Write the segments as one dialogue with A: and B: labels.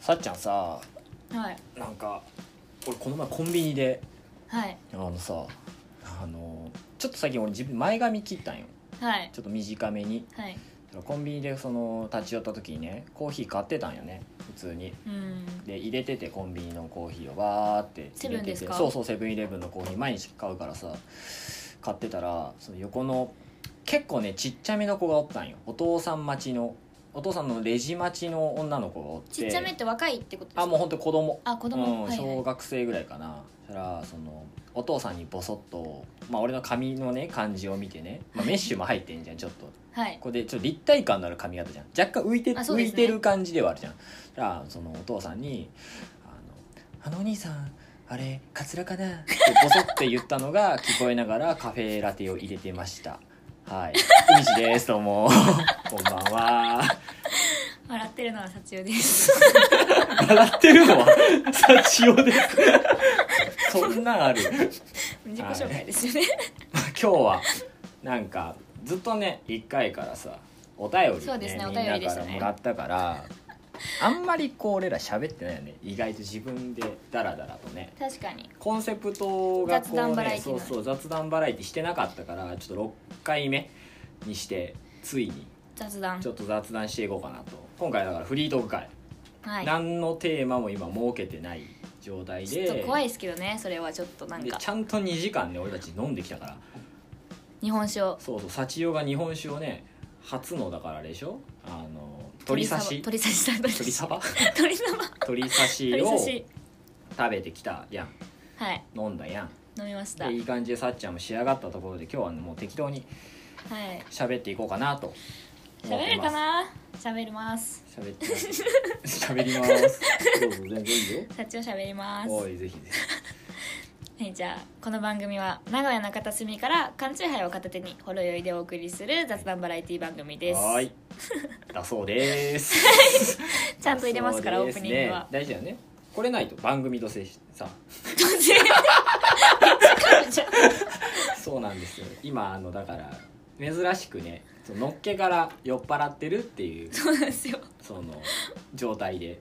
A: さっちゃんさ
B: はい
A: なんか俺この前コンビニで
B: はい
A: あのさあのちょっと最近俺自分前髪切ったんよ
B: はい
A: ちょっと短めに
B: はい
A: コンビニでその立ち寄った時にねコーヒー買ってたんよね普通に
B: うん
A: で入れててコンビニのコーヒーをわーって
B: セ
A: 入
B: ブ
A: れ
B: ン
A: て
B: です
A: て
B: か
A: そうそうセブンイレブンのコーヒー毎日買うからさ買ってたらその横の結構ねちっちゃめの子がおったんよお父さん待ちのお父さんのレジ待ちの女の子がおって
B: ちっちゃめって若いってことですか
A: あもうほんと子供
B: あ子供、
A: うん、
B: はい
A: 小
B: は
A: 学生ぐらいかな、そしたらそのお父さんにボソッと、まあ、俺の髪のね感じを見てね、まあ、メッシュも入ってんじゃんちょっと
B: いはい
A: これでちょっと立体感のある髪型じゃん若干浮いて,、
B: あそう
A: 浮
B: です
A: い
B: ね
A: てる感じではあるじゃんそしたらそのお父さんに「あのあのお兄さんあれカツラかな?」ってボソって言ったのが 聞こえながらカフェラテを入れてましたはい海地ですどう もこんばんは
B: 笑ってるのは幸代です
A: 笑ってるのは幸代 ですそんなんある
B: 自己紹介ですよね
A: 今日はなんかずっとね1回からさお便りね
B: そうですね
A: みん
B: お便りで
A: な
B: し
A: か
B: た
A: ら
B: ね
A: もらったからあんまりこう俺ら喋ってないよね意外と自分でダラダラとね
B: 確かに
A: コンセプトがこ
B: 雑談
A: う
B: バラエ
A: ね
B: ティ
A: そうそう雑談バラエティしてなかったからちょっと6回目にしてついに
B: 雑談
A: ちょっと雑談していこうかなと今回だからフリートーク会、
B: はい
A: 何のテーマも今設けてない状態
B: ち
A: で
B: ょっと怖いですけどねそれはちょっとなん
A: で
B: か
A: ちゃんと2時間ね俺たち飲んできたから
B: 日本酒を
A: そうそう幸代が日本酒をね初のだからあれでしょあの鶏刺し
B: 鳥刺し鳥刺
A: 鶏
B: し
A: サバ
B: 鳥サバ
A: 鶏刺し
B: 鳥
A: を
B: 刺
A: 食
B: し
A: べてきたやん
B: はい
A: 飲んだやん
B: 飲みましたは
A: で
B: い
A: いい感じでさっちゃんも仕上がったところで今日はねもう適当に喋っていこうかなと思っ
B: 喋れ
A: て
B: る
A: ま
B: か
A: す
B: な喋ります
A: 喋ってます喋りますどうぞ全然いいよ
B: 幸代喋ります
A: おいぜひぜ
B: はい、じゃあこの番組は名古屋の片隅から缶チューハイを片手にほろ酔いでお送りする雑談バラエティ番組
A: ひ
B: です
A: はーいだそうです
B: ちゃんと入れますから
A: だそうですね
B: オープニン グは
A: 大事だよねこれないと番組としてさ
B: じゃ
A: そうなんですよ今あのだから珍しくねそののっけから酔っ払ってるっていう
B: そうなんですよ
A: その状態で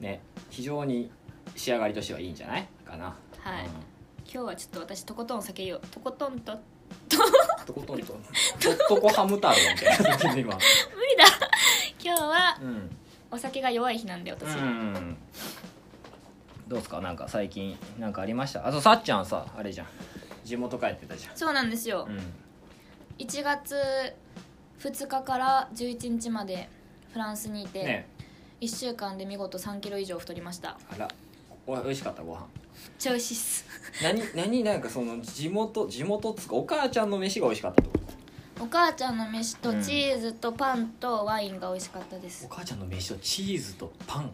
A: ね非常に仕上がりとしてはいいんじゃないかな
B: はい
A: うん
B: 今日はちょっと私とことん酒よとことんと無
A: とことんととっとこハム太郎みたいな感じで今
B: 理だ今日は
A: うん、
B: お酒が弱い日なんで私、
A: うん、どうですかなんか最近なんかありましたあとさっちゃんさあれじゃん地元帰ってたじゃん
B: そうなんですよ、
A: うん
B: 1月2日から11日までフランスにいて、
A: ね
B: 一1週間で見事3キロ以上太りました
A: あらお美味しかったご飯
B: 超美味しいっす
A: 何何なんかその地元地元っつうかお母ちゃんの飯が美味しかったってこと
B: お母ちゃんの飯とチーズとパンとワインが美味しかったです、
A: お母ちゃんの飯とチーズとパン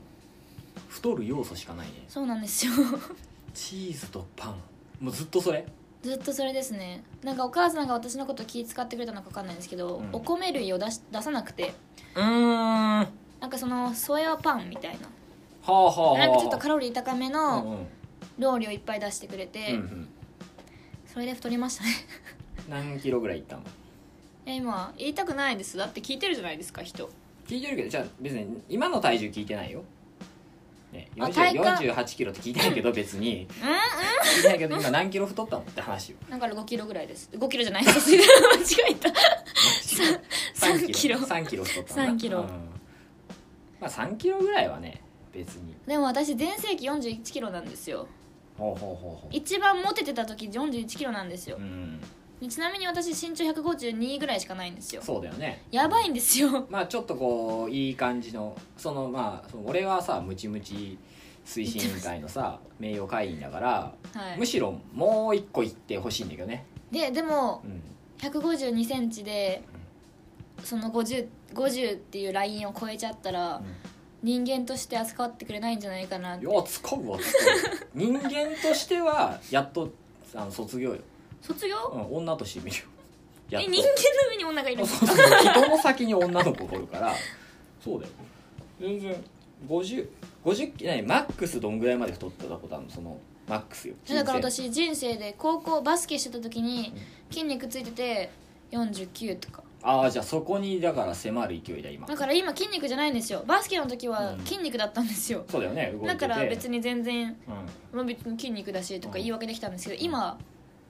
A: 太る要素しかないね
B: そうなんですよ
A: チーズとパンもうずっとそれ
B: ずっとそれですねなんかお母さんが私のこと気使ってくれたのか分かんないんですけど、
A: うん
B: お米類を出し出さなくて
A: うーんは
B: なんかそのソヤパンみたいな
A: あはあはあ
B: なんかちょっとカロリー高め
A: う
B: の
A: んうん
B: 料理をいっぱい出してくれ
A: う
B: て、
A: んうん
B: それで太りましたね
A: 何キロぐらいいったの
B: いや今言いたくないですだって聞いてるじゃないですか人
A: 聞いてるけどじゃあ別に今の体重聞いてないよ、ね、
B: あ
A: 40
B: 体
A: 48キロって聞いてないけど別に
B: うんうん
A: 聞いてないけど今何キロ太ったのって話よ
B: だから5キロぐらいです5キロじゃないです 間違えた3キロ
A: 3キロ太ったんだ
B: 3キロ
A: うんまあ3キロぐらいはね別に
B: でも私全盛期4 1キロなんですよ
A: ほうほうほうほ
B: 一番モテてた時4 1キロなんですよ
A: ううん
B: でちなみに私身長152ぐらいしかないんですよ
A: そうだよね
B: やばいんですよ
A: まあちょっとこういい感じのそのまあその俺はさムチムチ推進委員会のさ名誉会員だから、
B: は
A: むしろもう一個行ってほしいんだけどね、
B: いででも
A: うん、
B: 1 5 2ンチでその 50, 50っていうラインを超えちゃったら人間として扱ってくれないんじゃないかなって
A: よう使うわ使う人間としてはやっとあの卒業よ、
B: 卒
A: う
B: 業
A: ん、女として見るよやっ
B: え
A: と
B: 人間の上に女がいるんです
A: そうそうそう人の先に女の子がおるからそうだよ全然50 50キロ何マックスどんぐらいまで太ってたことあるのそのマックスよ
B: だから
A: 人生
B: 私人生で高校バスケしてた時に
A: うん
B: 筋肉ついてて49とか
A: ああじゃあそこにだから迫る勢いだ今
B: だから今筋肉じゃないんですよバスケの時は
A: うん
B: 筋肉だったんですよ、
A: そうだよね動いてて
B: だから別
A: に、
B: に全然、
A: う
B: まあ、別に筋肉だしとか
A: うん
B: 言い訳できたんですけど今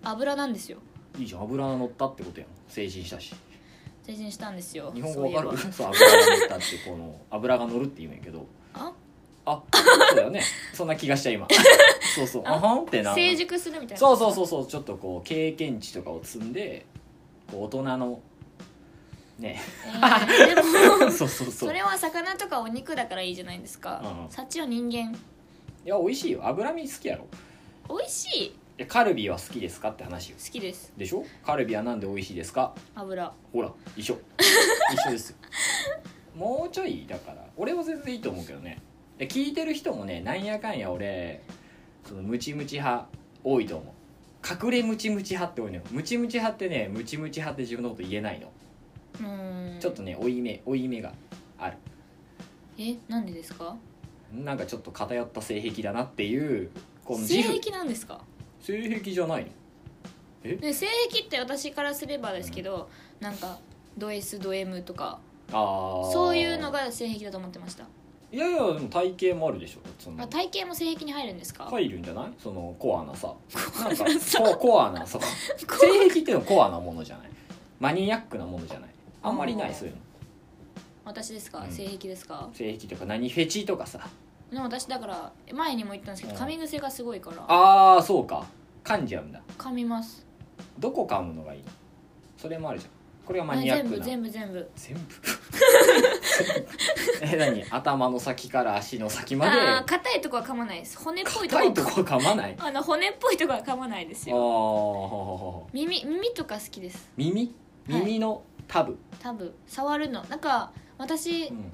B: 油なんですよ
A: ん、いいじゃん油が乗ったってことやん成人したし
B: 成人したんですよ
A: 日本語わかる
B: そういえ
A: そう油が乗ったってこの油が乗るって言うんやけど
B: ば
A: あそうだよねそんな気がした 今そうそうあ
B: あ
A: はんってな
B: あ成熟するみたいな
A: そうそうそうそうちょっとこう経験値とかを積んでこう大人のね
B: えーで も
A: そうそうそ
B: そうれは魚とかお肉だからいいじゃないですか、
A: うんうん
B: 幸は人間
A: いや美味しいよ脂身好きやろ
B: 美味しい
A: いやカルビは好きですかって話よ
B: 好きです
A: でしょカルビはなんで美味しいですか
B: 油
A: ほら一緒一緒ですよもうちょいだから俺は全然いいと思うけどねで聞いてる人もねなんやかんや俺そのムチムチ派多いと思う隠れムチムチ派って多いのよムチムチ派ってねムチムチ派って自分のこと言えないの
B: うーん
A: ちょっとね負い目負い目がある
B: えなんでですか
A: なんかちょっと偏った性癖だなっていうこの自
B: 性
A: 負
B: 癖なんですか
A: 性癖じゃないの
B: で性癖って私からすればですけど、なんかド S ド M とか
A: ああ
B: そういうのが性癖だと思ってました
A: いやいやでも体型もあるでしょその
B: あ体型も性癖に入るんですか、
A: 入るんじゃないそのコアなさなんか
B: なさ
A: ココアなさ
B: こう
A: 性癖っていうのはコアなものじゃないマニアックなものじゃないあんまりな
B: う
A: い
B: ん
A: そういうの
B: 私ですか、
A: うん
B: 性癖ですか
A: 性癖とか何フェチとかさ
B: でも私だから前にも言ったんですけど
A: うん
B: 噛み癖がすごいから
A: ああそうか噛んじゃうんだ
B: 噛みます
A: どこ噛むのがいいのそれもあるじゃんこれはマニアッ
B: 全
A: ク
B: 部
A: な
B: 全部全部
A: 全部え何頭の先から足の先まで
B: ああ硬いとこは噛まないです骨っぽいとこ
A: 硬いとこ噛まないあ
B: あの骨っぽいとこは噛まないです
A: あー
B: よ
A: ほうほうほう
B: 耳耳とか好きです
A: 耳耳のタブ、
B: 多分触るのなんか私
A: うん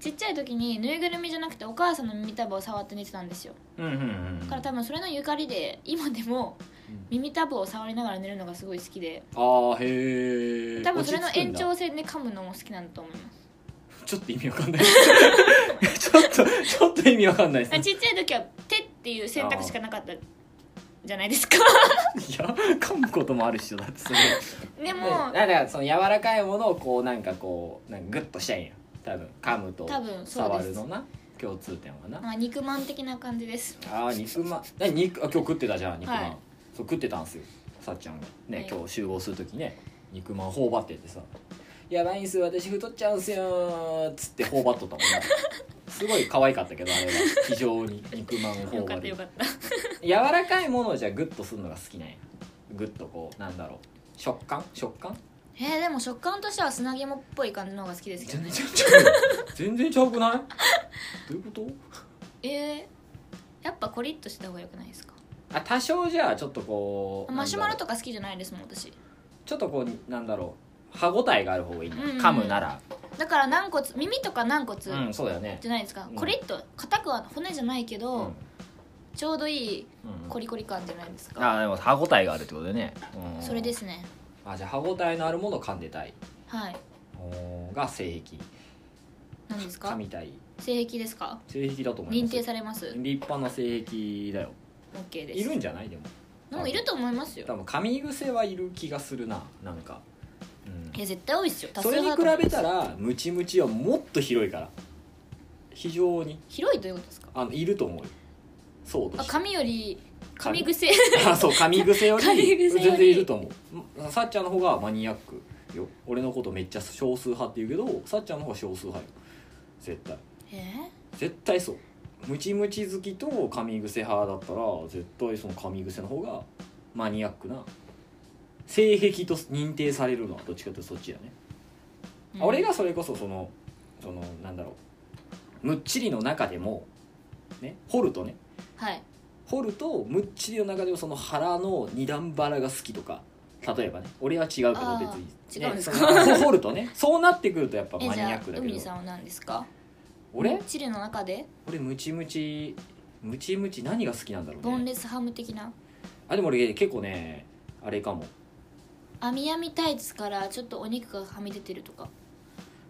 B: ちっちゃい時にぬいぐるみじゃなくてお母さんの耳たぶを触って寝てたんですよ
A: うんうんうんう
B: だ
A: ん
B: から多分それのゆかりで今でも
A: うん
B: 耳たぶを触りながら寝るのがすごい好きで
A: ああへえ
B: 多分それの延長
A: 落ち着
B: 線で噛むのも好きなんだと思 います
A: くんだちょっと意味わかんない ちょっとちょっと意味わかんないです
B: あ
A: ね
B: ちっちゃい時は手っていう選択しかなかったじゃないですか
A: いや噛むこともあるしだってそれ
B: でも
A: だからその柔らかいものをこうなんかこうなんかグッとしたいんや多分噛むと
B: 多分そう
A: 触
B: で
A: る
B: す
A: のな共通点はな
B: まあ肉まん的な感じです
A: ああ肉まんな肉あ今日食ってたじゃん肉まん、
B: はい
A: そう食ってたんすよさっちゃんがね、
B: はい
A: 今日集合する時ね肉まん頬張っててさ「やばいんす私太っちゃうんすよ」っつって頬張っとったもんね すごい可愛かったけどあれは非常に肉まんを
B: よ
A: 頬
B: か
A: 張
B: った
A: り
B: よかった
A: 柔らかいものをじゃあグッとするのが好きなんやグッとこうなんだろう食感食感
B: えー、でも食感としては砂肝っぽい感じの方が好きですけど
A: 全
B: ね
A: 然ちゃうよ全然ちゃうくないどういうこと
B: えー、やっぱコリッとした方が良くないですか
A: あ多少じゃあちょっとこう
B: マシュマロと
A: か
B: か好きじゃないですもん私
A: ちょっとこうなんだろう歯ごたえがある方がいいな、
B: うんうんうん
A: 噛むなら
B: だから軟骨耳とか軟骨
A: う
B: じ
A: んそうだよね
B: ゃないですか、
A: うん
B: コリッと硬くは骨じゃないけど、
A: うん、
B: ちょうどいい
A: うん
B: コリコリ感じゃないですか、
A: あーでも歯ごたえがあるってことでね、うん
B: それですね
A: あじゃあ歯ごたえのあるものを噛んでたい
B: はい
A: おーが性癖
B: 何です
A: 噛
B: か
A: みたい
B: 性癖ですか
A: 性癖だと思い
B: 認
A: ます
B: 定されます
A: 立派な性癖だよ
B: OK です
A: いるんじゃないでも
B: でもいると思いますよ
A: 多分噛み癖はいる気がするななんか、うん
B: いや絶対多いっすよ多数
A: それに
B: 派
A: 比
B: だと
A: べ
B: 思いま
A: た
B: す
A: らムチムチはもっと広いから非常に
B: 広いということですか
A: あのいると思うよそう
B: あ
A: として
B: 髪より
A: 髪
B: 髪癖
A: あそう噛み癖より
B: 噛み癖より
A: 全然いると思うさっちゃんの方がマニアックよ俺のことめっちゃ少数派って言うけどさっちゃんの方が少数派よ絶対
B: え
A: 絶対そうムチムチ好きと噛み癖派だったら絶対その噛み癖の方がマニアックな性癖と認定されるのはどっちかというとそっちだね、
B: ー、
A: 俺
B: が
A: がそれこそそのそのなんだろうむっちりの中でもね掘るとね
B: はい
A: 掘るとむっちりの中でもその腹の二段腹が好きとか例えばね俺は違うけど
B: あ
A: 別
B: ー
A: に、ね、
B: 違うんですか
A: その掘るとねそう なってくるとやっぱ
B: え
A: マ
B: じ
A: ニ
B: ゃ
A: アッ
B: あ
A: クだけ
B: 海
A: ど
B: さんは何ですか
A: 俺
B: チリの中で
A: 俺ムチムチムチムチ何が好きなんだろ
B: ボ
A: う
B: ン
A: ね
B: レスハム的な
A: あでも俺結構ねあれかも
B: 網やみタイツからちょっとお肉がはみ出てるとか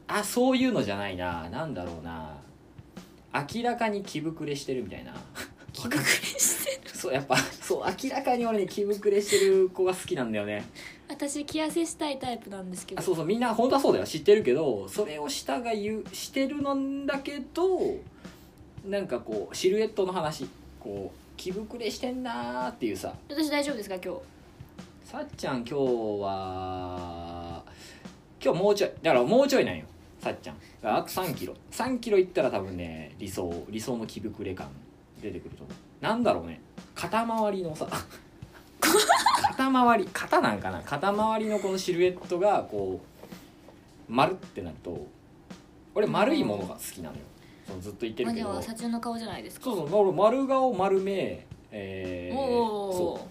A: あそういうのじゃないななんだろうな明らかに気膨れしてるみたいな
B: 気 がくれしてる
A: そうやっぱそう明らかに俺ね気膨れしてる子が好きなんだよね
B: あ私気痩せしたいタイプなんですけ
A: あ
B: ど
A: そうそうみんな本当はそうだよ知ってるけどそれをしたが言うしてるのだけどなんかこうシルエットの話こう着膨れしてんなーっていうさ
B: 私大丈夫ですか今日
A: さっちゃん今日は今日もうちょいだからもうちょいなんよさっちゃんだからあと3キロ3キロいったら多分ね理想理想の着膨れ感出てくると思うなんだろうね肩周りの さ肩周り肩なんかな肩周りのこのシルエットがこう丸ってなると俺丸いものが好きなのよそのずっと言ってる
B: まあ
A: け
B: で
A: ど
B: は
A: そう
B: 社長の顔じゃないですか
A: そう俺丸顔丸目えー、
B: お
A: そう
B: お
A: そ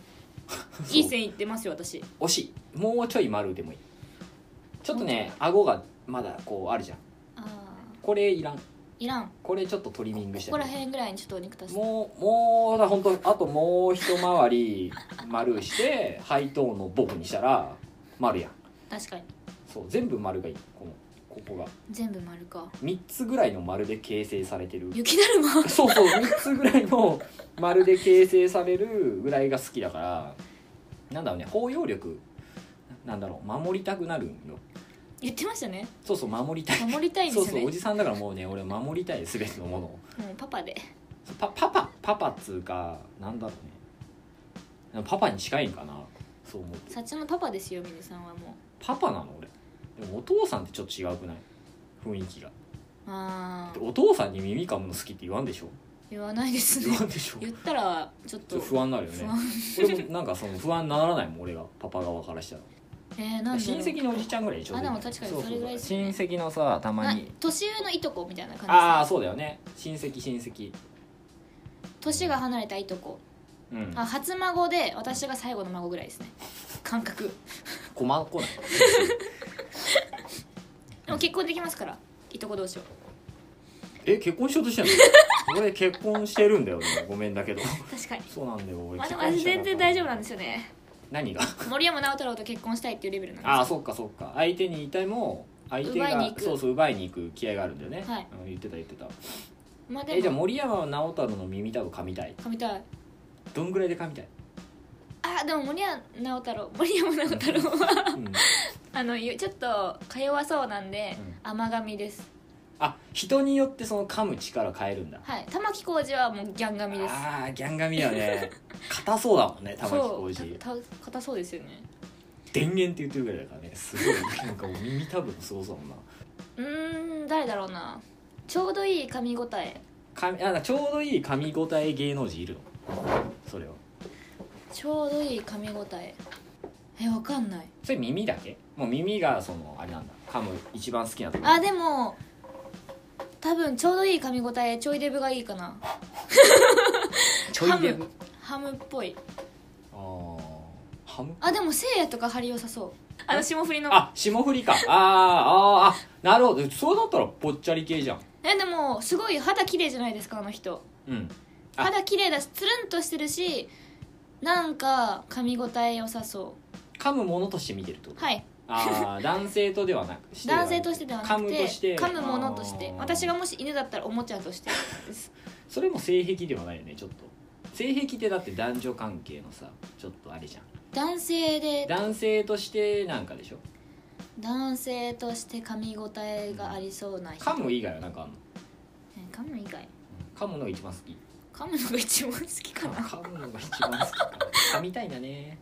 A: う
B: いい線いってますよ私
A: 惜しいもうちょい丸でもいいちょっとね顎がまだこうあるじゃん
B: あ
A: これいらん
B: ーいらん
A: これちょっとトリミング
B: こ
A: した
B: こら
A: い
B: 辺ぐらいにちょっとお肉足して
A: もうもうだ本当あともう一回り丸してハイトーンの僕にしたら丸やん
B: 確かに
A: そう全部丸がいいこのここが
B: 全部丸か
A: 3つぐらいの丸で形成されてる
B: 雪だるま
A: そうそう3つぐらいの丸で形成されるぐらいが好きだからなんだろうね包容力なんだろう守りたくなるんよ
B: 言ってましたね
A: そうそう守りたい
B: 守りたいんで
A: そう
B: すよ
A: そうお
B: ね
A: じさんだからもうね俺守りたい全てのものを
B: もうパパで
A: そうパパパパパっつうかなんだろうねパパに近いんかなそう思う
B: 社長のパパですよミネさんはも
A: パパなの俺でもお父さんってちょっと違うくない雰囲気が
B: うああ
A: お父さんに耳かむの好きって言わんでしょ
B: 言わないです
A: 言
B: ね
A: わんでしょ
B: 言ったらちょっ
A: ちょ
B: と
A: っと不安になるよ
B: 不
A: ね
B: 安
A: 俺もなんかその不安にならないもん俺がパパ側からしたら
B: えー、なんだ
A: 親戚
B: の
A: のおじちゃんぐらいでしょ
B: あでも確かにそれぐらいです
A: 親
B: ね
A: 戚のさたまに
B: 年上のいとこみたいな感じです
A: ああそうだよね親戚親戚
B: 年が離れたいとこ
A: うん
B: あ初孫で私が最後の孫ぐらいですね感覚
A: 困こ ない
B: でも結婚できますからいとこ同士は
A: え結婚しようとしてん の俺結婚してるんだよねごめんだけど
B: 確かに
A: そうなんだよ俺
B: まあでも私全然大丈夫なんですすよね
A: 何が
B: 森山直太朗と結婚したいっていうレベルなんです
A: ああそっかそっか相手に遺体も相手が
B: 奪いに行く
A: そうそう奪いに行く気合があるんだよね、
B: はい
A: うん言ってた言ってた
B: まあ
A: えじ
B: で
A: ゃあ
B: も
A: 森山直太朗の耳たぶ噛みたい
B: 噛みたい
A: どんぐらいで噛みた い、
B: あでも森山直太朗森山直太朗は
A: うん、
B: あのゆちょっとか弱そうなんで
A: うん
B: 甘噛みです
A: あ人によってその噛む力変えるんだ
B: はい玉置浩二はもうギャン噛みです
A: ああギャン噛みだよ ね硬そうだもんね玉置浩
B: そう
A: 二
B: たた硬そうですよね
A: 電源って言ってるぐらいだからねすごいなんかもう耳たぶもすごそうだもんな
B: うーん誰だろうなちょうどいい噛み応え
A: かみあなんかちょうどいい噛み応え芸能人いるのそれは
B: ちょうどいい噛み応ええわかんない
A: それ耳だけもう耳がそのあれなんだ噛む一番好きなところ
B: あでも多分ちょうどいい噛み応えちょいデブがいいかな
A: ちょいで
B: ハムハムっぽい
A: あーハム
B: あでもせいやとか張り良さそうあの霜降りの
A: あ霜降りかあーあーあなるほどそうだったらぽっちゃり系じゃん
B: えでもすごい肌綺麗じゃないですかあの人
A: うんあ
B: 肌綺麗だしつるんとしてるしなんか噛み応え良さそ
A: 噛むものとして見てるってこ
B: う
A: と
B: はい
A: ああ男性とではなくして
B: 男性としてではなく
A: 噛むとして
B: て噛むものとして
A: あー
B: 私がもし犬だったらおもちゃとして
A: それも性癖ではないよねちょっと性癖ってだって男女関係のさちょっとあれじゃん
B: 男性で
A: 男性としてなんかでしょ
B: 男性として噛み応えがありそうな人
A: 噛む以外はなんかあんの
B: え噛む以外
A: 噛むのが一番好き
B: 噛むのが一番好きかな
A: 噛むのが一番好きかな噛みたいんだね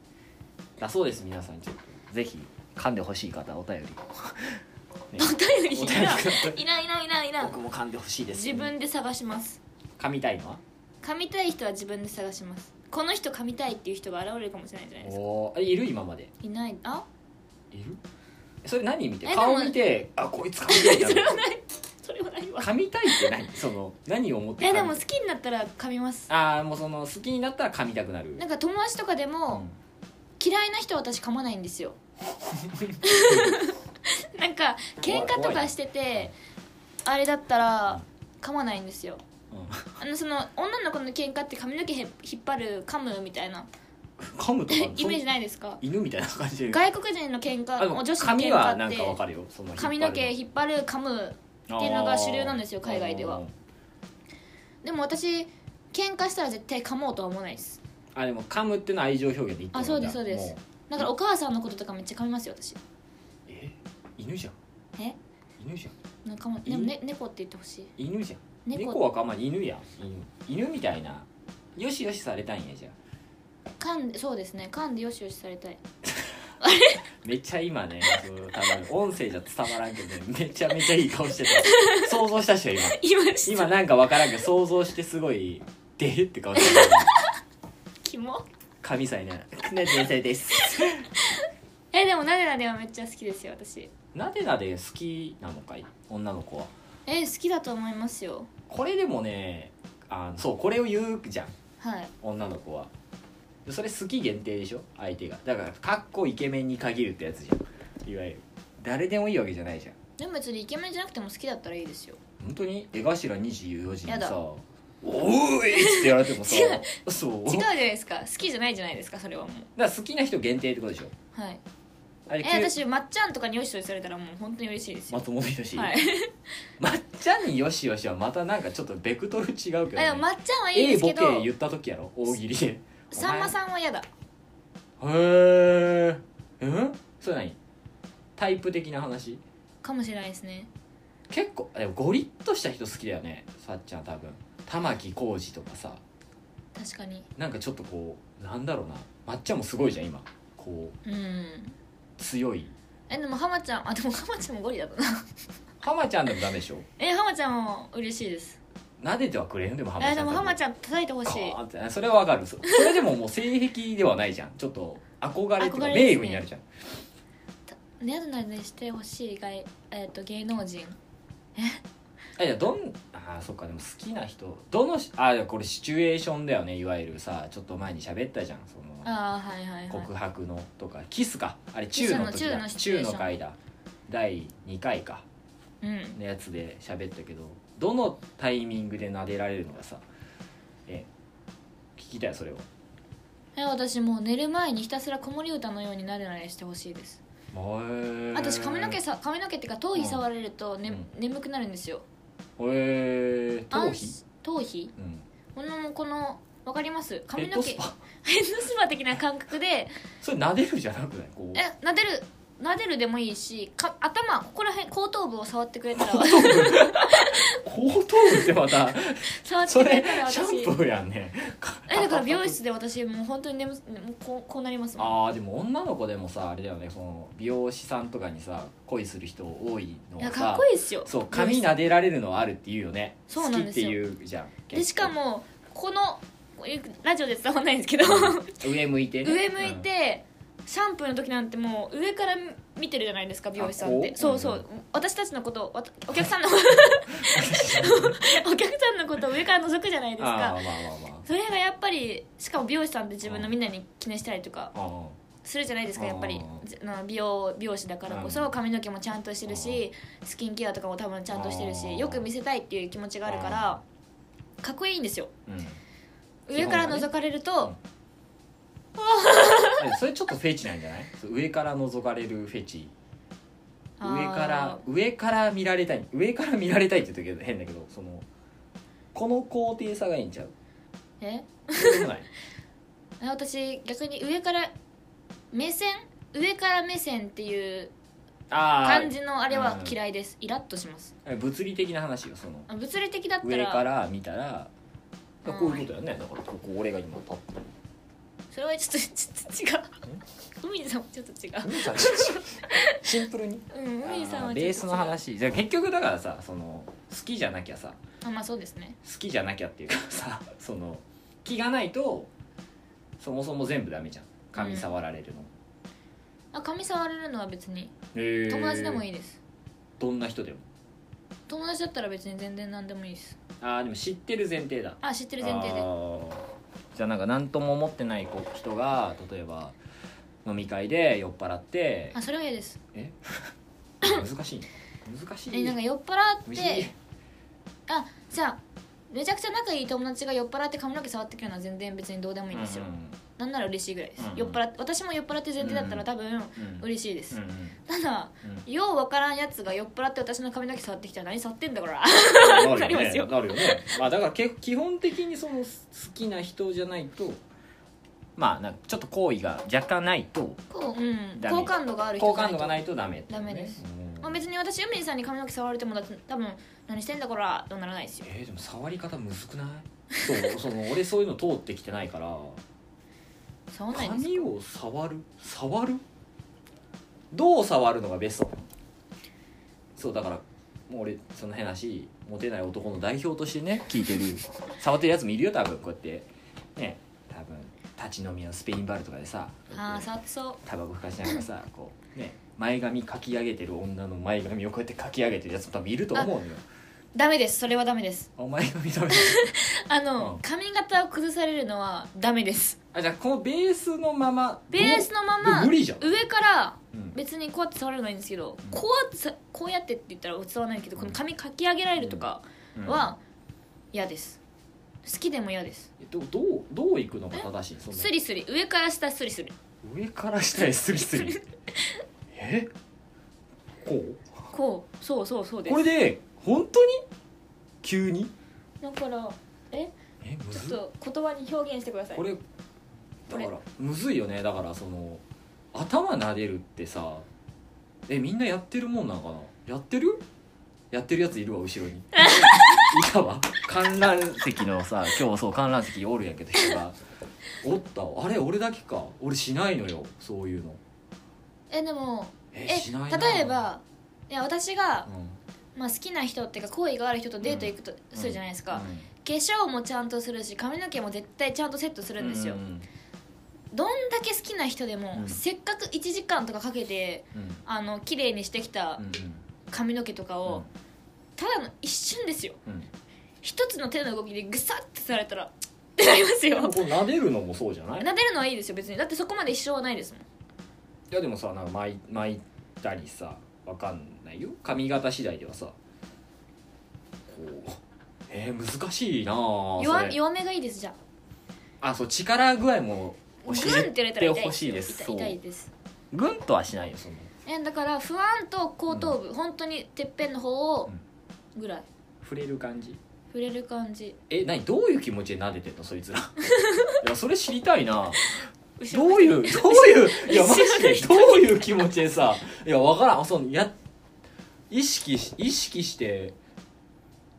A: だそうです皆さんちょっとぜひ噛んでほしい方お便り
B: お 便
A: お便
B: り
A: り
B: い
A: くだ
B: らん
A: さい
B: いらんいらんいらんいらん
A: 僕も噛んでほしいです
B: 自分で探します
A: 噛みたいのは
B: 噛みたい人は自分で探しますこの人噛みたいっていう人が現れるかもしれないじゃないですか
A: おーえいる今まで
B: いないあ
A: いるそれ何見て
B: えでも
A: 顔見てあこいつ噛みたいんだ
B: それ
A: ろ
B: は ないそれはないわ
A: 噛みたいって何その何を思って
B: えでも
A: 噛
B: 好
A: み
B: きになったら噛みます
A: ああもうその好きになったら噛みたくなる
B: なんか友達とかで
A: う
B: も
A: ん
B: 嫌いな人は私噛まないんですよなんか喧嘩とかしててあれだったら噛まないんですよ
A: うん
B: あのその女の子の喧嘩って髪の毛へ引っ張る噛むみたいな
A: 噛むとか
B: イメージないですか
A: 犬みたいな感じで
B: 外国人の喧
A: あで
B: 嘩
A: も
B: お女子の
A: 髪
B: 喧
A: は
B: 嘩
A: な
B: っ
A: んかわ
B: て
A: かるよその引っ張る
B: 髪の毛引っ張る噛むっていうのが主流なんですよ海外では
A: あー
B: でも私喧嘩したら絶対噛もうとは思わないです
A: あでも噛むっていうのは愛情表現で言ってるんだ
B: あそうですそうです
A: も
B: だからお母さんのこととかめっちゃ噛みますよ私
A: え犬じゃん
B: え
A: 犬じゃん
B: なんかもでも、ね、猫って言ってほしい
A: 犬じゃん
B: 猫
A: 猫はかまあ犬やん犬犬みたいなよしよしされたんやじゃあ
B: 噛んでそうですね噛んでよしよしされたい
A: めっちゃ今ねそう多分音声じゃ伝わらんけどねめちゃめちゃいい顔してた想像したっしょ今
B: いまし
A: 今なんかわからんけど想像してすごい「でって顔してた
B: キモ
A: 神さんいない「ね先生です
B: えでもなでなではめっちゃ好きですよ私」
A: なでなで好きなのかい女の子は
B: え好きだと思いますよ
A: これでもねあそうこれを言うじゃん
B: はい
A: 女の子はそれ好き限定でしょ相手がだからかっこイケメンに限るってやつじゃんいわゆる誰でもいいわけじゃないじゃん
B: でも別にイケメンじゃなくても好きだったらいいですよ
A: 本当に江頭24時に
B: やだ
A: さ「おーい!」って言われてもさ
B: 違
A: そう
B: 違うじゃ
A: だか
B: ないですか好きじゃないじゃないですかそれはも
A: ら好きな人限定ってことでしょ
B: うはい
A: あれ
B: え私まっちゃんとかによしよしされたらもう本当に嬉しいですよ
A: 松本人志、
B: はい
A: まっちゃんによしよしはまたなんかちょっとベクトル違うけど、
B: あでも
A: ね、
B: まっちゃんはいい
A: A
B: です
A: ボ
B: けど
A: ケ言った時やろ大喜利で
B: さんまさんは嫌だ
A: へえうんそれ何タイプ的な話
B: かもしれないですね
A: 結構でもゴリッとした人好きだよねさっちゃん多分玉置浩二とかさ
B: 確かに
A: なんかちょっとこうなんだろうなまっちゃんもすごいじゃん今こう
B: うん
A: 強い
B: えでも浜ちゃんあでも浜ちゃんもゴリだったな
A: 浜ちゃんでもダメでしょ
B: え浜ちゃんも嬉しいです
A: 撫でてはくれんでも浜ちゃん
B: えでも浜ち
A: ゃん
B: ゃん叩いてほしい
A: ってそれはわかるそそれでももう性癖ではないじゃんちょっと憧れとか
B: 憧れですね
A: 名誉になるじゃん
B: ねどなでしてほしい外、えっと芸能人
A: えじゃあどんあーそっかでも好きな人どのしあーこれシチュエーションだよねいわゆるさちょっと前に喋ったじゃんその
B: ああはいはいはい
A: 告白のとかキスかあれ中の時だ
B: キスの中のシチュエーション
A: 中回だ第2回か
B: うん
A: のやつで喋ったけどどのタイミングで撫でられるのがさえ聞きたいそれを
B: え私もう寝る前にひたすら子守歌のようになでなでしてほしいです私髪の毛
A: へ
B: さ髪の毛っていうか頭皮触られると、ね
A: うん
B: 眠くなるんですよ
A: え頭
B: 安
A: 皮
B: 心頭皮
A: うん
B: このこのわかります
A: ヘ
B: 髪
A: ッ
B: の
A: ド
B: 毛
A: スパ
B: ヘッドスパ的な感覚で
A: それ撫でるじゃなくないこう
B: え撫でる撫でるでもいいしか頭ここら辺後頭部を触ってく れたら
A: 後頭部ってまた
B: 触って
A: そ
B: くれ
A: れ
B: たら
A: シ
B: 私
A: ャンプーやんね
B: えだから美容室で私もう本当に眠すもうこうこうなりますもん
A: あーでも女の子でもさあれだよねその美容師さんとかにさ恋する人多いの
B: いや
A: さ
B: かっこいいですよ
A: そう髪撫でられるのはあるって言うよね
B: そうなんですよ
A: 好きっていうじゃん
B: でしかもこのラジオで伝わんないんですけど
A: 結構上向いてね、
B: 上向いてシャンプーの時なんてもう上から見てるじゃないですか美容師さんっ
A: あこ
B: て
A: う
B: そうそう、
A: うん
B: 私たちのことわたお 客さんの お客さんのことを上から覗くじゃないで
A: う
B: す
A: ん、あーまあまあ
B: か
A: まあ
B: それがやっぱりしかも美容師さんって自分のみんなに気にしたりとか
A: まあうんうん
B: するじゃないですかやっぱり
A: うん
B: じな美容美容師だからこ
A: う
B: そ
A: ん
B: 髪の毛もちゃんとしてるしスキンケアとかも多分ちゃんとしてる
A: うん
B: しよく見せたいっていう気持ちがあるからかっこいいんですよ
A: うん
B: 上から覗かれると、
A: えそれちょっとフェチなんじゃないそう上から覗かれるフェチ
B: あー
A: 上から上から見られたい上から見られたいって言ったけど変だけどそのこの高低差がいいんちゃう
B: え
A: そうでも ない
B: え私逆に上から目線上から目線っていう
A: ああ
B: 感じのあれは嫌いです、イラッとします
A: 物理的な話よその
B: あ物理的だった
A: 上
B: ら
A: から見たら
B: うん
A: こういうことだよねだからここ俺が今パッ と
B: それはちょっとちょっと違う海さんもちょっと違う
A: 海さんシンプルに
B: うん海さん
A: あー
B: はちょっと違う
A: ベースの話じゃあ結局だからさその好きじゃなきゃさ
B: あまあそうですね
A: 好きじゃなきゃっていうかさ その気がないとそもそも全部ダメじゃん髪触られるの、
B: あ髪触れるのは別に
A: へー
B: 友達でもいいです、
A: どんな人でも
B: 友達だったら別に全然何でもいいです
A: ああでも知ってる前提だ
B: あ知ってる前提で
A: あーじゃあなんか何とも思ってない子人が例えば飲み会で酔っ払って
B: あそれは嫌です
A: え難しいね難しい
B: えなんか酔っ払
A: む
B: っ
A: ずい
B: てあじゃあめちゃくちゃ仲いい友達が酔っ払って髪の毛触ってくるのは全然別にどうでもいいんですよ、
A: うんうん
B: なんなら嬉しいぐらいです、
A: うん
B: 酔っ払って私も酔っ払って前提だったら多分
A: うん
B: 嬉しいです、
A: うんうん
B: ただ
A: うん
B: ようわからんやつが酔っ払って私の髪の毛触ってきたら何触ってんだから
A: なる
B: なり
A: よ
B: ま
A: ね
B: すよ
A: なるよね、まあ、だから結構基本的にその好きな人じゃないとまあなんかちょっと好意が若干ないと
B: こう、うん、
A: ダメ
B: 好感度がある人
A: 好
B: じゃ
A: 感度がないいとダメってことね、
B: ダメです
A: うん
B: まあ、別に私ユミリさんに髪の毛触られてもだって多分何してんだこらとならないですよ
A: えー、でも触り方むずくないそうその俺そういうの通ってきてないから
B: 触んないです
A: 髪を触る触るどう触るのがベストなのそうだからもう俺その変なしモテない男の代表としてね聞いてる触ってるやつもいるよ多分こうやってね多分立ち飲みのスペインバルとかでさ
B: ああ触ってそう
A: タバコふかしながらさこうね前髪かき上げてる女の前髪をこうやってかき上げてるやつも多分いると思うのよ
B: ダメですそれはダメです
A: お前髪ダメだ
B: あの、
A: うん
B: 髪型を崩されるのはダメです
A: あじゃあこのベースのまま
B: ベースのま
A: でも
B: ま
A: 無理じゃん、
B: 上から
A: うん
B: 別にこうやって触れるのはいいんですけど、
A: ん
B: こうやってさこうやってって言ったら伝わらないけどこの髪かき上げられるとか
A: うん
B: は嫌です好きでも嫌です
A: えどどうどういくのが正しいその
B: スリスリ上から下スリスリ
A: 上から下へスリスリえこう
B: こうそうそうそうで
A: これ
B: す
A: で本当に急に
B: だから
A: えむ
B: ち
A: ずっ
B: ょっと言葉に表現してください
A: これだからむずいよねだからその頭撫でるってさえみんなやってるもんなんかなやってるやってるやついるわ後 ろにいたわ観覧席のさ今日そう観覧席おるんやけど人が おったわあれ俺だけか俺しないのよそういうの
B: えでも
A: え
B: え
A: しないな
B: 例え、ばいや私が
A: う、ん
B: まあ、好きな人っていうか好意がある人とデート行くと、
A: ん
B: するじゃないですか、化
A: うん
B: 粧もちゃんとするし髪の毛も絶対ちゃんとセットするんですよ、
A: ううん
B: どんだけ好きな人でも、
A: うん
B: せっかく1時間とかかけて
A: うん
B: あの綺麗にしてきた
A: うん
B: 髪の毛とかを、ただの一瞬ですよ
A: うん
B: 一つの手の動きでグサッてされたらチッってなります
A: でも
B: よ
A: こう撫でるのもそうじゃない
B: 撫でるのはいいですよ別にだってそこまで一生はないですもん
A: いやでもさなんか巻い巻いたりさわかんないよ髪型次第ではさこうえー、難しいなあそ
B: 弱
A: れ
B: 弱めがいいですじゃあ
A: あそう力具合も
B: グ
A: 教
B: ンっ
A: え
B: て言われたら
A: て
B: 痛い
A: ほしいで
B: 痛
A: す
B: い痛
A: そ
B: いうです
A: グンとはしないよその
B: えだから不安と後頭部、本当にてっぺんの方をぐらい
A: 触れる感じ
B: 触れる感じ
A: え何どういう気持ちで撫でてんのそい つらいやそれ知りたいな
B: 後
A: ど
B: ろ
A: ういう どういういや
B: 後
A: マ
B: ろ
A: ジでどういう気持ちでさいやわからんそのや意識し意識して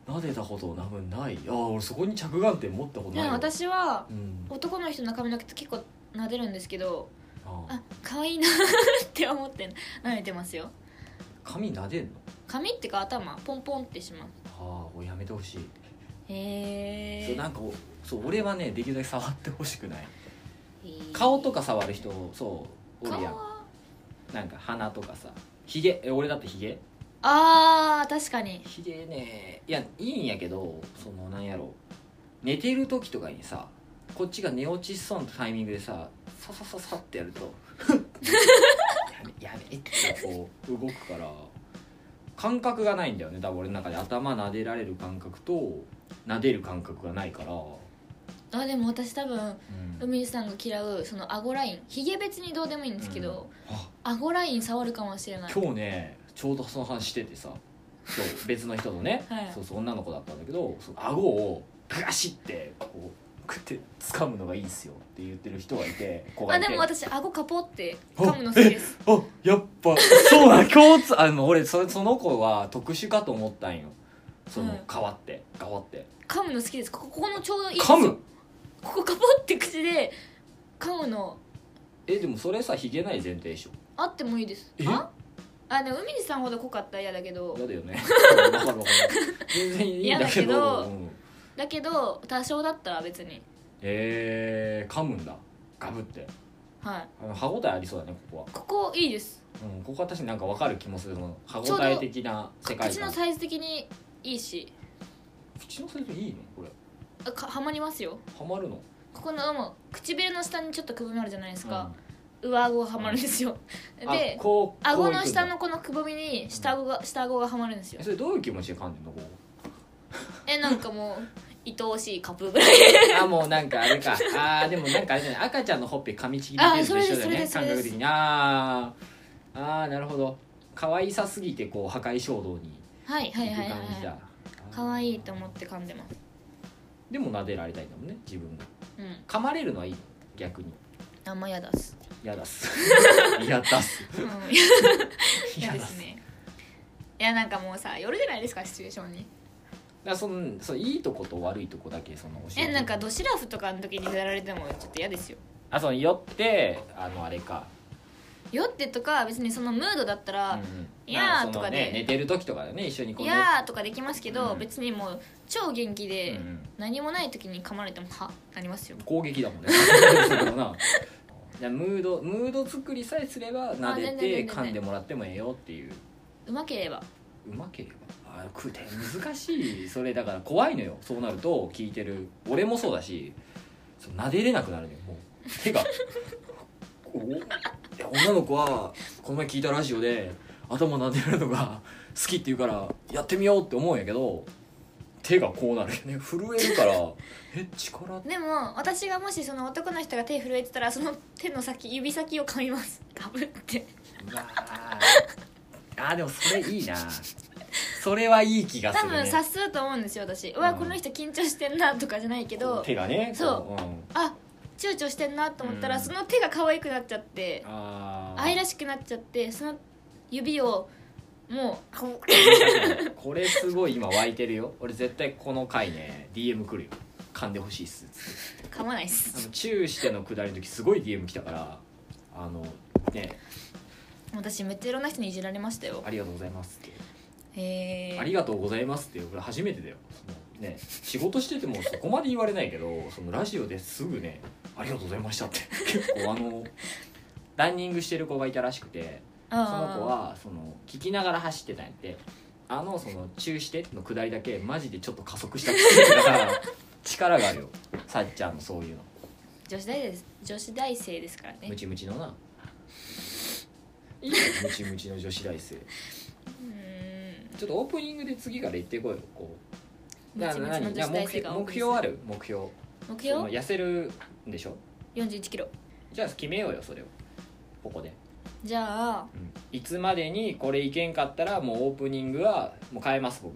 A: 撫でたこと多分ないあ俺そこに着眼点持ったこと
B: で
A: ない
B: も
A: わ
B: 私は
A: うん
B: 男の人の髪の毛って結構撫でるんですけど
A: あ
B: あ可愛いな って思って撫でてますよ
A: 髪撫でんの
B: 髪ってか頭ポンポンってします
A: ああやめてほしい、
B: へ
A: そ
B: え
A: うなんかそう俺はねできるだけ触ってほしくない
B: へー
A: 顔とか触る人そうお
B: 顔
A: るやん
B: は
A: なんか鼻とかさひげえ俺だってひげ
B: あー確かに
A: ひげねいやいいんやけどそのなんやろ寝てる時とかにさこっちが寝落ちしそうなタイミングでさささささってやるとふっ「やめやめ」ってこう動くから感覚がないんだよね多分俺の中で頭撫でられる感覚と撫でる感覚がないから、
B: あでも私多分
A: うん、
B: 海さんが嫌うその顎ラインひげ別にどうでもいいんですけど、
A: あ
B: 顎ライン触るかもしれない
A: 今日ねちょうどその話しててさそう 別の人とね、
B: はい
A: そうそう女の子だったんだけどその顎をガシってこうくって掴むのがいいんすよって言ってる人がいて子が
B: あ
A: いて
B: でも私顎カポって噛むの好き です
A: あやっぱそうだ共通あの俺そその子は特殊かと思ったんよその、
B: うん
A: 変わって変わって
B: 噛むの好きですここここのちょうどいいです
A: 噛む
B: ここカポって口で噛むの
A: えでもそれさひげない前提でしょ
B: あってもいいです
A: え
B: ああでも海さんほど濃かったら嫌だけど
A: 嫌だよ ねわかるわかる全然いいんだけど
B: 嫌だけど
A: うん
B: だけど多少だったら別に
A: えー、噛むんだガブって
B: はい
A: あの歯応えありそうだねここは
B: ここいいです
A: うん、ここは確かになんかわかる気もするの歯応え的な世界
B: 口
A: 観
B: のサイズ的にいいし
A: 口のサイズいいのこれ
B: あかはまりますよ
A: はまるの
B: ここのもう唇の下にちょっとくぼみあるじゃないですか、上顎がはまるんですよ
A: うん
B: で
A: あこう
B: 顎
A: こうい
B: の
A: くん
B: 下
A: だ
B: のこのくぼみに下顎が下顎がはまるんです よ
A: えそれどういう気持ちで噛んでんのこう
B: えなんかもう愛おしいカップぐらい
A: あもうなんかあれ かあーでもなんかあれじゃない赤ちゃんのほっぺ噛みちぎってると一緒だよ
B: あそれで
A: ね
B: すそ
A: 感
B: れで
A: 覚
B: す
A: 的にあーあーなるほど可愛さすぎてこう破壊衝動にい
B: はい
A: く
B: はいはいは
A: 感じ
B: い
A: だ
B: はい可愛いと
A: う
B: 思って噛んでます
A: でも撫でられたいんだもんね自分が
B: うん
A: 噛まれるのはいいの逆に
B: あんま嫌だっ す、
A: 嫌だっ す嫌だっす
B: うん、嫌
A: だ
B: で
A: っ
B: すねいやなんかもうさよるじゃないですかシチュエーションに
A: だからそのそういいとこと悪いとこだけその教え
B: え
A: て
B: なんかドシラフとかの時にやられてもちょっと嫌ですよ
A: あその酔ってあのあれか、
B: 酔ってとか別にそのムードだったら、
A: うんうん
B: いやー
A: その
B: とかで
A: ね寝てる時とかだよね一緒にこ
B: いう
A: ね
B: やーとかできますけど、
A: うん
B: 別にもう超元気
A: う
B: で
A: んうん
B: 何もない時に噛まれてもはなりますよ
A: 攻撃だもんね じゃあムードムード作りさえすれば撫で
B: あ全然全
A: て
B: 然
A: 噛んでもらってもええよっていう
B: うまければ
A: うまければあ食うて難しいそれだから怖いのよそうなると聞いてる俺もそうだしそう撫でれなくなるのよもう手が おいや女の子はこの前聞いたラジオで頭撫でるのが好きって言うからやってみようって思うんやけど手がこうなるよね震えるから え力
B: でも私がもしその男の人が手震えてたらその手の先指先を噛みます かぶって
A: うわーあーでもそれいいなそれはいい気がす
B: 多
A: る、ね、
B: 分察すると思うんですよ私うわ
A: うん
B: この人緊張してんなとかじゃないけど
A: 手がね
B: そ
A: こ
B: う
A: う、うん、
B: あ躊躇してんなと思ったら、
A: うん
B: その手が可愛くなっちゃって
A: あー
B: 愛らしくなっちゃってその指をもうこう
A: これすごい今湧いてるよ俺絶対この回ね DM 来るよ噛んでほしいっす
B: 噛まないっ
A: あ
B: す
A: のチューしてのくだりの時すごい DM 来たからあのね
B: 私めっちゃいろんな人にいじられましたよ
A: ありがとうございますって、
B: へえ
A: ありがとうございますってこれ初めてだよそのね仕事しててもそこまで言われないけどそのラジオですぐねありがとうございましたって結構あのランニングしてる子がいたらしくて
B: その
A: その子はその聞きながら走ってたんやってあのその「中して」の下りだけマジでちょっと加速したりしてるから力があるよさっちゃんのそういうの
B: 女子大です女子大生ですからね
A: ムチムチのないいよムチムチの女子大生
B: うーん
A: ちょっとオープニングで次から言ってこいよこう
B: ムチムチの
A: 何
B: 女子大生が
A: 目
B: 多
A: 目
B: い
A: 標ある目標
B: 目
A: その
B: 標
A: 痩せるんでしょ
B: 41キロ
A: じゃあ決めようよそれをここで、
B: じゃあ
A: いつまでにこれいけんかったらもうオープニングはもう変えます僕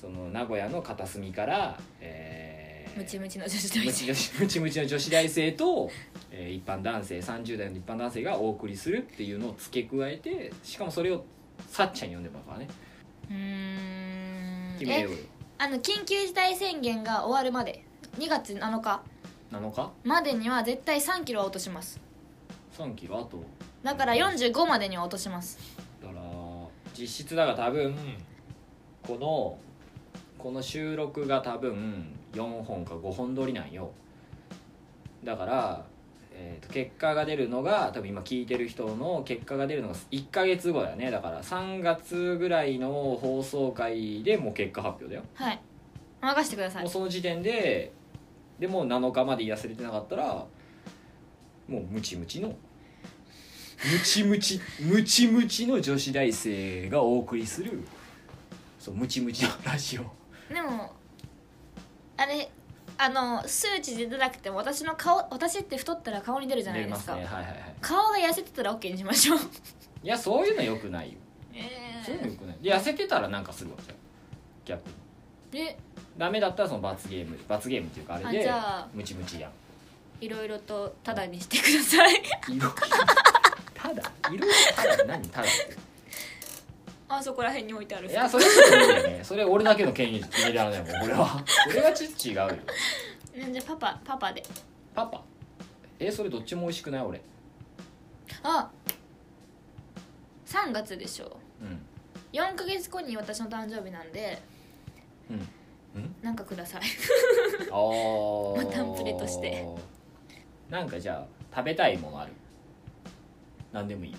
A: その名古屋の片隅からえー
B: ムチムチの女子大
A: ム
B: 生
A: チ女子ムチムチの女子大生と、えー一般男性30代の一般男性がお送りするっていうのを付け加えてしかもそれをさっちゃんに呼んでもらうからね
B: うーん
A: 決めよ
B: え
A: うよ
B: あの緊急事態宣言が終わるまで2月7日
A: 7日
B: までには絶対3キロは落とします
A: 3キロあと
B: だから45までには落とします
A: だから実質だが多分このこの収録が多分4本か5本撮りなんよだから、えーと結果が出るのが多分今聞いてる人の結果が出るのが1ヶ月後だよねだから3月ぐらいの放送回でもう結果発表だよ、
B: はい任せてくださ
A: もう
B: い
A: その時点ででもう7日まで痩せれてなかったらもうムチムチのムチムチムチムチの女子大生がお送りするそうムチムチのラジオ
B: でもあれあの数値で出なくても私の顔私って太ったら顔に出るじゃないですか
A: 出ますねはいはいはい
B: 顔が痩せてたら OK にしま しょう
A: いやそういうのよくないよ
B: え
A: そういうのよくないで痩せてたらなんかするわけよ逆に
B: ーえ
A: ダメだったらその罰ゲーム罰ゲームっていうかあ
B: あ
A: れ
B: じ
A: で
B: ゃあ
A: ムチムチやん
B: いろいろとタダにしてください
A: 色ただ色ただ何ただって
B: あそこら辺に置いてある
A: いやそれはちょっと無理だよねそれ俺だけの権利入れられないもん俺は俺はち違うよ
B: うんじゃあパパパパで
A: パパえそれどっちも美味しくない俺
B: あ3月でしょ
A: うん
B: 4ヶ月後に私の誕生日なんでなんかください
A: ああ
B: またプレとして
A: なんかじゃあ食べたいものある何でもいい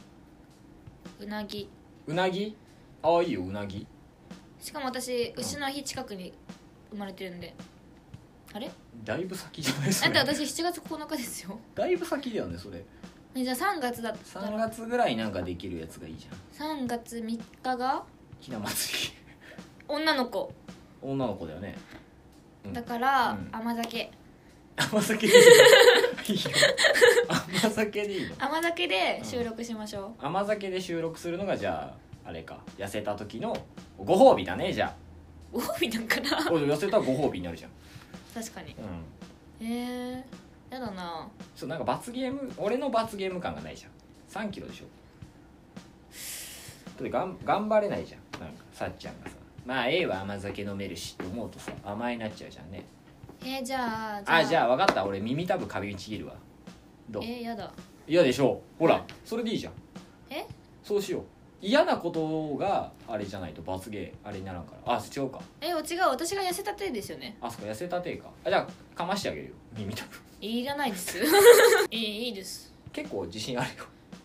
A: う
B: なぎ
A: うなぎああいいようなぎ
B: しかも私牛の日近くに生まれてるんであれ
A: だいぶ先じゃないそ
B: だ
A: れ
B: って私7月9日ですよ
A: だいぶ先だよねそれ
B: えじゃあ3月だった
A: 3
B: ら
A: 月ぐらいなんかできるやつがいいじゃん
B: 3月3日が
A: ひな祭り
B: 女の子
A: 女の子だよねうん
B: だから、
A: うん
B: 甘酒
A: 甘酒でいい よ甘酒でいいの
B: 甘酒で収録しましょ
A: 甘酒で収録するのがじゃああれか痩せた時のご褒美だねじゃ
B: う、ご褒美なんかな
A: あお痩せたらご褒美になるじゃん、
B: 確かに
A: う
B: えー、やだな
A: そうなんか罰ゲーム俺の罰ゲーム感がないじゃん3キロでしょだってがん頑張れないじゃんなんかさっちゃんがさまあ A は甘酒飲めるしって思うとさ甘えになっちゃうじゃんね
B: えー、じゃあ
A: あじゃあ分かった俺耳たぶカビにちぎるわどう
B: えー、やだ
A: 嫌でしょうほらそれでいいじゃん
B: え
A: そうしよう嫌なことがあれじゃないと罰ゲーあれにならんからあ違うか
B: えー、違う私が痩せたてですよね
A: あそこ痩せたていかあじゃあかましてあげるよ耳たぶ
B: いらないです いいいいです
A: 結構自信あるよ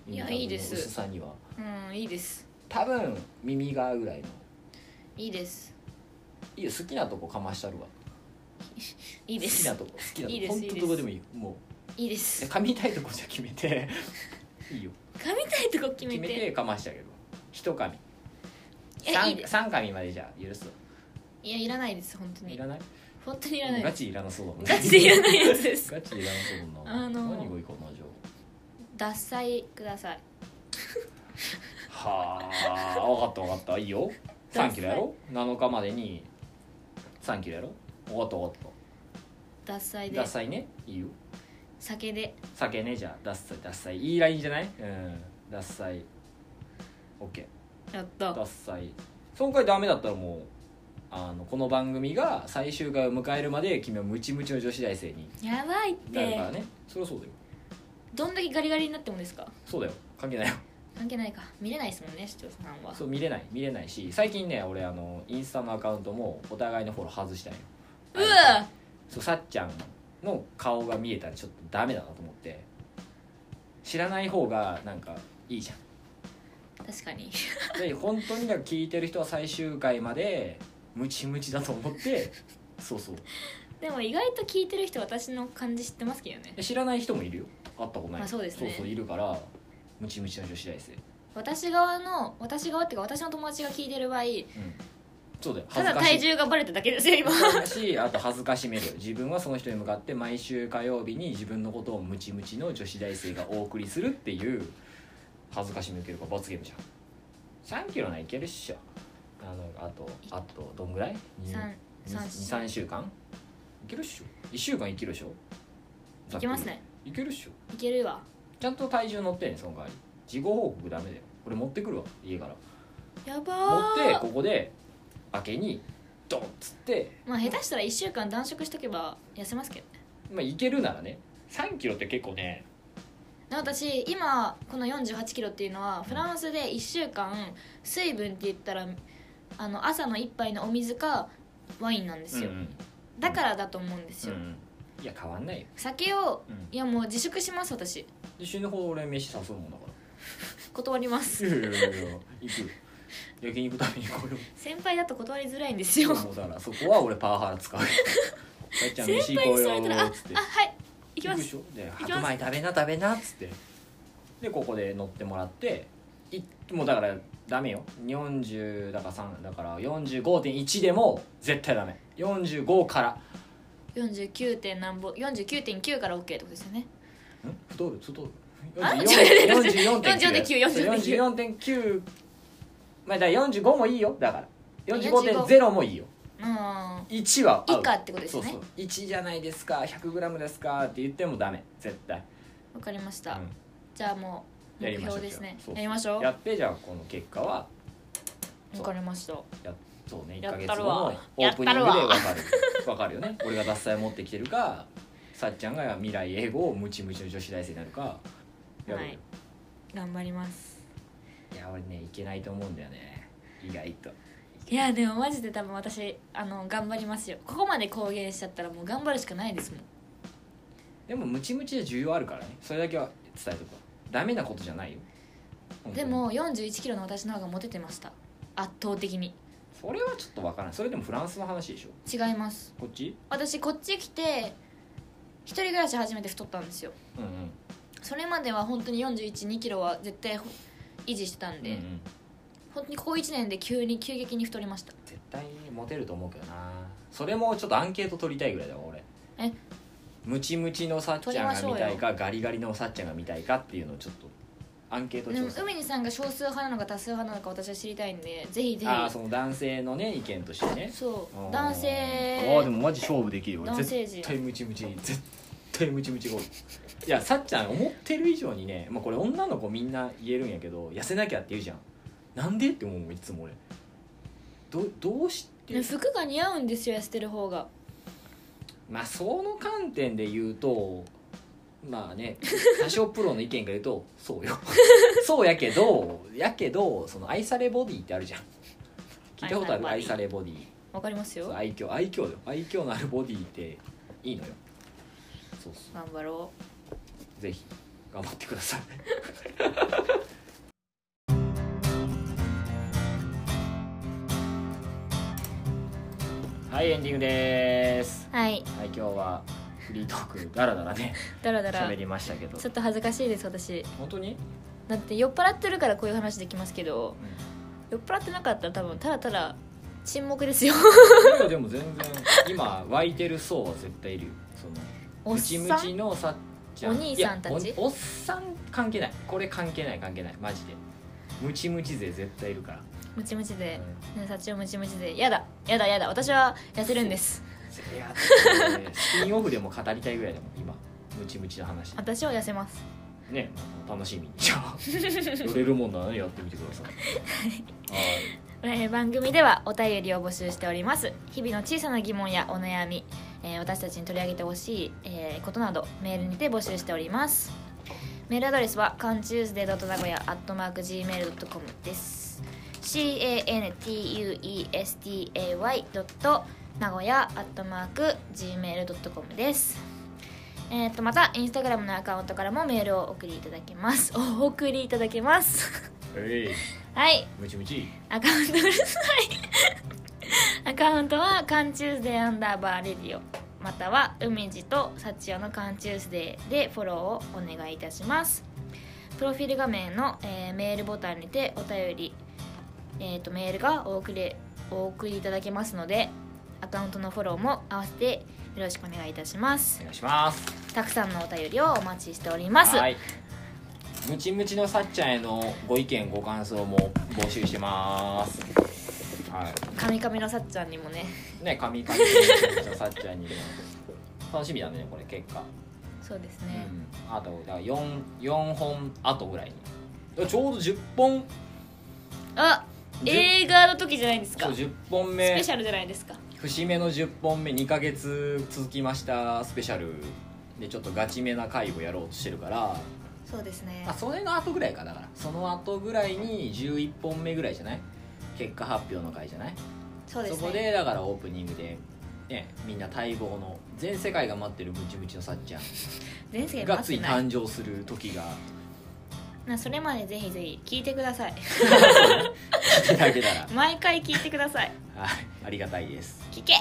B: い
A: 耳
B: や
A: たぶの
B: いいです
A: 薄さには
B: うんいいです
A: 多分耳が合うぐらいの
B: いいです
A: いいよ好きなとこかましたるわ
B: いいで
A: 好き
B: す
A: なとこ好きなと
B: いい
A: こほ
B: です
A: ん
B: いい
A: と
B: で
A: ど
B: す
A: こでもいいよも
B: いいで
A: うです噛みたいとこじゃ決めていいよ
B: 噛みたいとこ決め
A: 決
B: て
A: めてかましてあげるわ一噛み
B: えいい
A: 三
B: です
A: 三噛みまでじゃあ許すわ
B: いやいらないです本当
A: い
B: に
A: らない
B: 本当にいらない
A: ガ
B: です
A: チいらなそうだもんね
B: ガチでいらないやつです
A: ガチいらなそうだな、
B: あのー
A: 何がいいかなじゃ
B: 脱菜ください
A: あはあ分かった分かったいいよ3キロやろ7日までに3キロやろ分かった分かっ
B: 脱菜
A: た
B: で
A: 脱菜ねいいよ
B: 酒で
A: 酒ねじゃあ脱菜脱菜いいラインじゃないうん脱菜 OK
B: やった
A: 脱菜その回ダメだったらもうあのこの番組が最終回を迎えるまで君はムチムチの女子大生に
B: やばいっ
A: なる
B: て
A: からねそりゃそうだよ
B: どんだけガリガリになってもですか
A: そうだよ関係ないよ
B: 関係ないか見れないですもんね視聴者さんは
A: そう見れない見れないし最近ね俺あのインスタのアカウントもお互いのフォロー外したんよ
B: うわ
A: そうさっちゃんの顔が見えたらちょっとダメだなと思って知らない方がなんかいいじゃ
B: 確かに
A: んで本当になんか聞いてる人は最終回までムチムチだと思ってそうそう
B: でも意外と聞いてる人私の感じ知ってますけどね
A: で知らない人もいるよ会ったことない、
B: まあそうですね
A: そうそういるからムチムチの女子大生、うん、
B: 私側の私側っていうか私の友達が聞いてる場合
A: そうだよ
B: た
A: 恥ず
B: だ
A: かし
B: 体
A: い
B: 重がバレただけですよ今
A: だしあと恥ずかしめる自分はその人に向かって毎週火曜日に自分のことをムチムチの女子大生がお送りするっていう恥ずかしめ受けるから罰ゲームじゃん3キロならいけるっしょあのあとあとどんぐらい
B: 三三
A: 23週間いけるっしょ1週間いけるっしょざっくり
B: いけますね
A: いけるっしょ
B: いけるわ
A: ちゃんと体重乗ってねその代わり事後報告ダメだよこれ持ってくるわ家から
B: やば
A: 持って
B: ー
A: ここで明けにドンっつって
B: まあ下手したら1週間断食しとけば痩せますけどね
A: まあ、いけるならね3キロって結構ね
B: で私今この4 8キロっていうのはフランスで1週間水分って言ったらあの朝の1杯のお水かワインなんですよ、
A: うん
B: だからだと思うんです
A: うん
B: よ、
A: いや変わんないよ、
B: 酒を
A: うん、
B: いやもう自粛します私
A: で死ぬほど俺飯誘うもんだか
B: 断ります
A: らいやいやいやいや行くよ焼肉食べに行こうよ
B: 先輩だと断りづらいんですよ
A: もうだからそこは俺パワハラ使うよさっちゃん飯行こうよ
B: 先輩に誘われたら
A: っつって
B: あはい行きま
A: くですしょで
B: きます
A: 白米食べな食べなっつってでここで乗ってもらっていもうだからダメよ40だから3だから45.1でも絶対ダメ45から
B: 49点なんぼ49.9から OK ってことですよね
A: ん太る太る
B: あ44.9
A: 44.9まあだから45もいいよだから45.0もいいよ
B: うんあ
A: 1は合う
B: 以下ってことですね
A: そうそう1じゃないですか 100g ですかって言ってもダメ絶対
B: わかりました、
A: うん
B: じゃあもう
A: や
B: 目
A: りましょう
B: 標です
A: じゃ
B: ね
A: あそう
B: やりましょう
A: やってじゃあこの結果は
B: わかりました
A: そうね1
B: や
A: か
B: っ
A: 月
B: た
A: 後
B: るわ
A: のオープニングで分かる分かるよね俺が脱菜持ってきてるかさっちゃんが未来英語をムチムチの女子大生になるかやろうよ
B: はい頑張ります
A: いや俺ねいけないと思うんだよね意外と
B: いやでもマジで多分私あの頑張りますよここまで公言しちゃったらもう頑張るしかないですもん
A: でもムチムチで需要あるからねそれだけは伝えとくわダメなことじゃないよ本当
B: で
A: に
B: も4 1キロの私の方がモテてました圧倒的に
A: それはちょっとわからないそれでもフランスの話でしょ
B: 違います
A: こっち
B: 私こっち来て一人暮らし初めて太ったんですよ
A: うんうん
B: それまでは本当に4 1 2キロは絶対ほ維持してたんで、
A: うんうん、
B: 本当にここ1年で急に急激に太りました
A: 絶対モテると思うけどなそれもちょっとアンケート取りたいぐらいだわ俺
B: え
A: ムチムチのさっちゃんが
B: 取りましょうよ
A: 見たいかガリガリのさっちゃんが見たいかっていうのをちょっとアンケート
B: でも
A: 調査
B: 海にさんが少数派なのか多数派なのか私は知りたいんでぜひぜひ
A: ああその男性のね意見としてね
B: そう
A: あー
B: 男
A: あーで
B: 性
A: もマジ勝負できるよ
B: 男性陣
A: 絶対ムチムチ絶対ムチムチゴールいやさっちゃん思ってる以上にね、まあ、これ女の子みんな言えるんやけど痩せなきゃって言うじゃんなんでって思うもんいつも俺どどうして
B: ね服が似合うんですよ痩せてる方が
A: まあその観点で言うとまあ ね多少プロの意見が言うとそう よそうやけどやけどその愛されボディってあるじゃん聞いたことある愛
B: 愛
A: さ
B: さ
A: れボディ
B: わかりますよ
A: 愛嬌愛嬌だよ愛嬌のあるボディっていいのよそうそ
B: 頑張ろう
A: うぜひ頑張ってくだ さいはいエンディングです
B: はい
A: はい、今日はフリートークだらだらね
B: だらだら
A: 喋りましたけど
B: ちょっと恥ずかしいです私
A: 本当に、
B: だって酔っ払ってるからこういう話できますけど
A: う
B: 酔っ払ってなかったら多分ただただ沈黙ですよ
A: ん、いやでも全然今湧いてる層は絶対いるよその
B: お っ
A: ムチム
B: さ
A: チ
B: ん
A: のさっちゃん
B: お兄さんたち
A: いやおおっさん関係ないこれ関係ない関係ないマジでムチムチ勢絶対いるから、
B: ムチムチで
A: うん、
B: ねサチをムチムチでやだやだやだ私は痩せるんです
A: いやスピンオフでも語りたいぐらいだもん今ムチムチの話
B: 私は痩せます
A: ね楽しみにじゃあ売れるもんならねやってみてくださいはい
B: えー番組ではお便りを募集しております日々の小さな疑問やお悩み、えー私たちに取り上げてほしい、えーことなどメールにて募集しておりますメールアドレスは c a n t u e s d a y n a g o y a g m a i l c o m です cantuesday.nagoya.gmail.com ですえー、とまたインスタグラムのアカウントからもメールをお送りいただけます お送りいただけます
A: えい
B: はい
A: ムチムチ
B: アカウントうるさ いアカウントは「カンチューズデーアンダーバーレディオ」または「梅地と幸代のカンチューズデー」でフォローをお願いいたしますプロフィール画面の、えーメールボタンにてお便り、えー、とメールがお送りお送りいただけますのでアカウントのフォローも合わせてよろしくお願いいたします
A: お願いします
B: たくさんのお便りをお待ちしております
A: はいムチムチのさっちゃんへのご意見ご感想も募集してますは
B: カミカミのさっちゃんにもね
A: いね神々ムチムチのさっちゃんにも楽しみだねこれ結果、
B: そうです
A: う
B: ね、
A: ん、あとだから 4, 4本あとぐらいにだからちょうど10本
B: あ
A: じゅ
B: 映画の時じゃないんですか
A: そう10本
B: スペ
A: 目
B: シャルじゃないですか
A: 節目の10本目2ヶ月続きましたスペシャルでちょっとガチめな回をやろうとしてるから
B: そうですね
A: あそれの後ぐらいかだからその後ぐらいに11本目ぐらいじゃない結果発表の回じゃない
B: そうです
A: そこ
B: ね
A: でだからオープニングで、ね、みんな待望の全世界が待ってるムチムチのさっちゃん
B: 前世
A: がつ
B: 待
A: い
B: ってない
A: 誕生する時 が
B: なそれまでぜひぜひ聞いてください
A: 来ていただけたら、
B: 毎回聞いてください
A: はい、ありがたいです
B: 聞け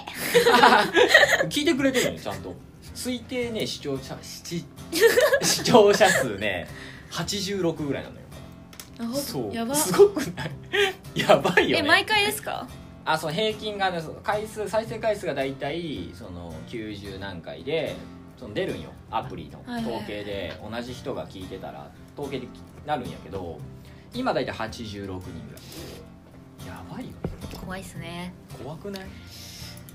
A: 聞いてくれてるのよちゃんと推定ね視聴者視 視聴者数ね86ぐらいなのよ
B: あほん
A: そう
B: やば
A: すごくない やばいよ
B: え
A: ね
B: 毎回ですか
A: あそう平均がねその回数再生回数が大体その90何回でその出るんよアプリの
B: はいはいはい
A: 統計で同じ人が聞いてたら統計でなるんやけど今大体86人ぐらいやばいよね
B: 怖いっすね
A: 怖くない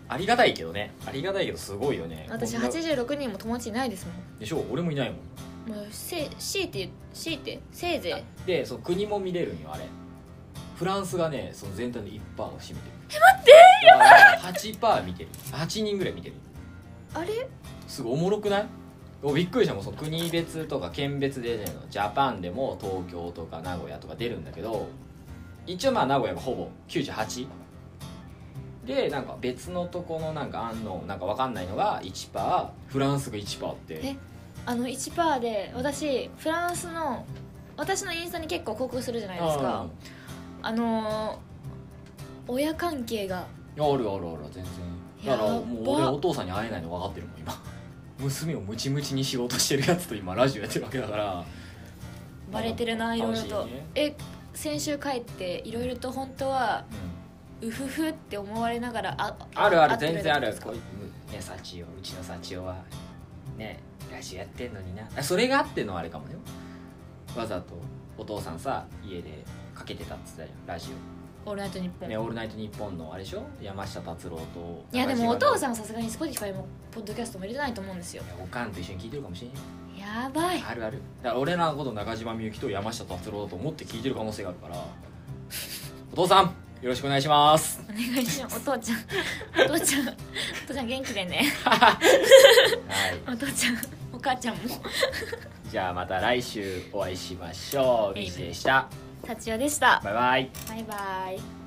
A: ありがたいけどねありがたいけどすごいよね
B: 私
A: こんな
B: 86人も友達いないです
A: でしょ俺もいないもん
B: もんもうせ強いて強いてせいぜい
A: でその国も見れるんよあれフランスがねその全体の1%を占めてるえ待ってやばい8%見てる8人ぐらい見てる
B: あれ
A: すごいおもろくないおびっくりしたもうその国別とか県別でねジャパンでも東京とか名古屋とか出るんだけど一応まあ名古屋がほぼ98でなんか別のとこのなんか安納なんかわかんないのが1%フランスが1%って
B: えあの1%で私フランスの私のインスタに結構広告するじゃないですかあのー親関係が
A: うんあるあるある全然だから
B: や
A: も
B: っば
A: う俺お父さんに会えないの分かってるもん今 娘をムチムチに仕事してるやつと今ラジオやってるわけだから
B: バレてるないろいろと、
A: 楽しいね
B: え先週帰っていろいろと本当は
A: うん
B: うふふって思われながらあ
A: あるある
B: って
A: 全然ある
B: じゃ
A: こうね幸代うちの幸代はねラジオやってんのになあそれがあってのあれかもよわざとお父さんさ家でかけてたっつってたじゃんラジオ
B: オールナイトニッポン」
A: ね「オールナイトニッポン」のあれでしょ山下達郎と
B: いやでもお父
A: ん
B: さんはさすがに Spotify もポッドキャストも入れてないと思うんですよ
A: おかんと一緒に聞いてるかもしれない
B: やばい
A: あるあるだから俺らのこと中島みゆきと山下達郎だと思って聞いてる可能性があるからお父さんよろしくお願いします
B: お願いしますお父 ちゃんお父ちゃんお父ちゃん元気でね
A: はい
B: お父ちゃんお母ちゃんも
A: じゃあまた来週お会いしましょう。みちでした。
B: 幸代でした
A: バイバイ。
B: バイバイ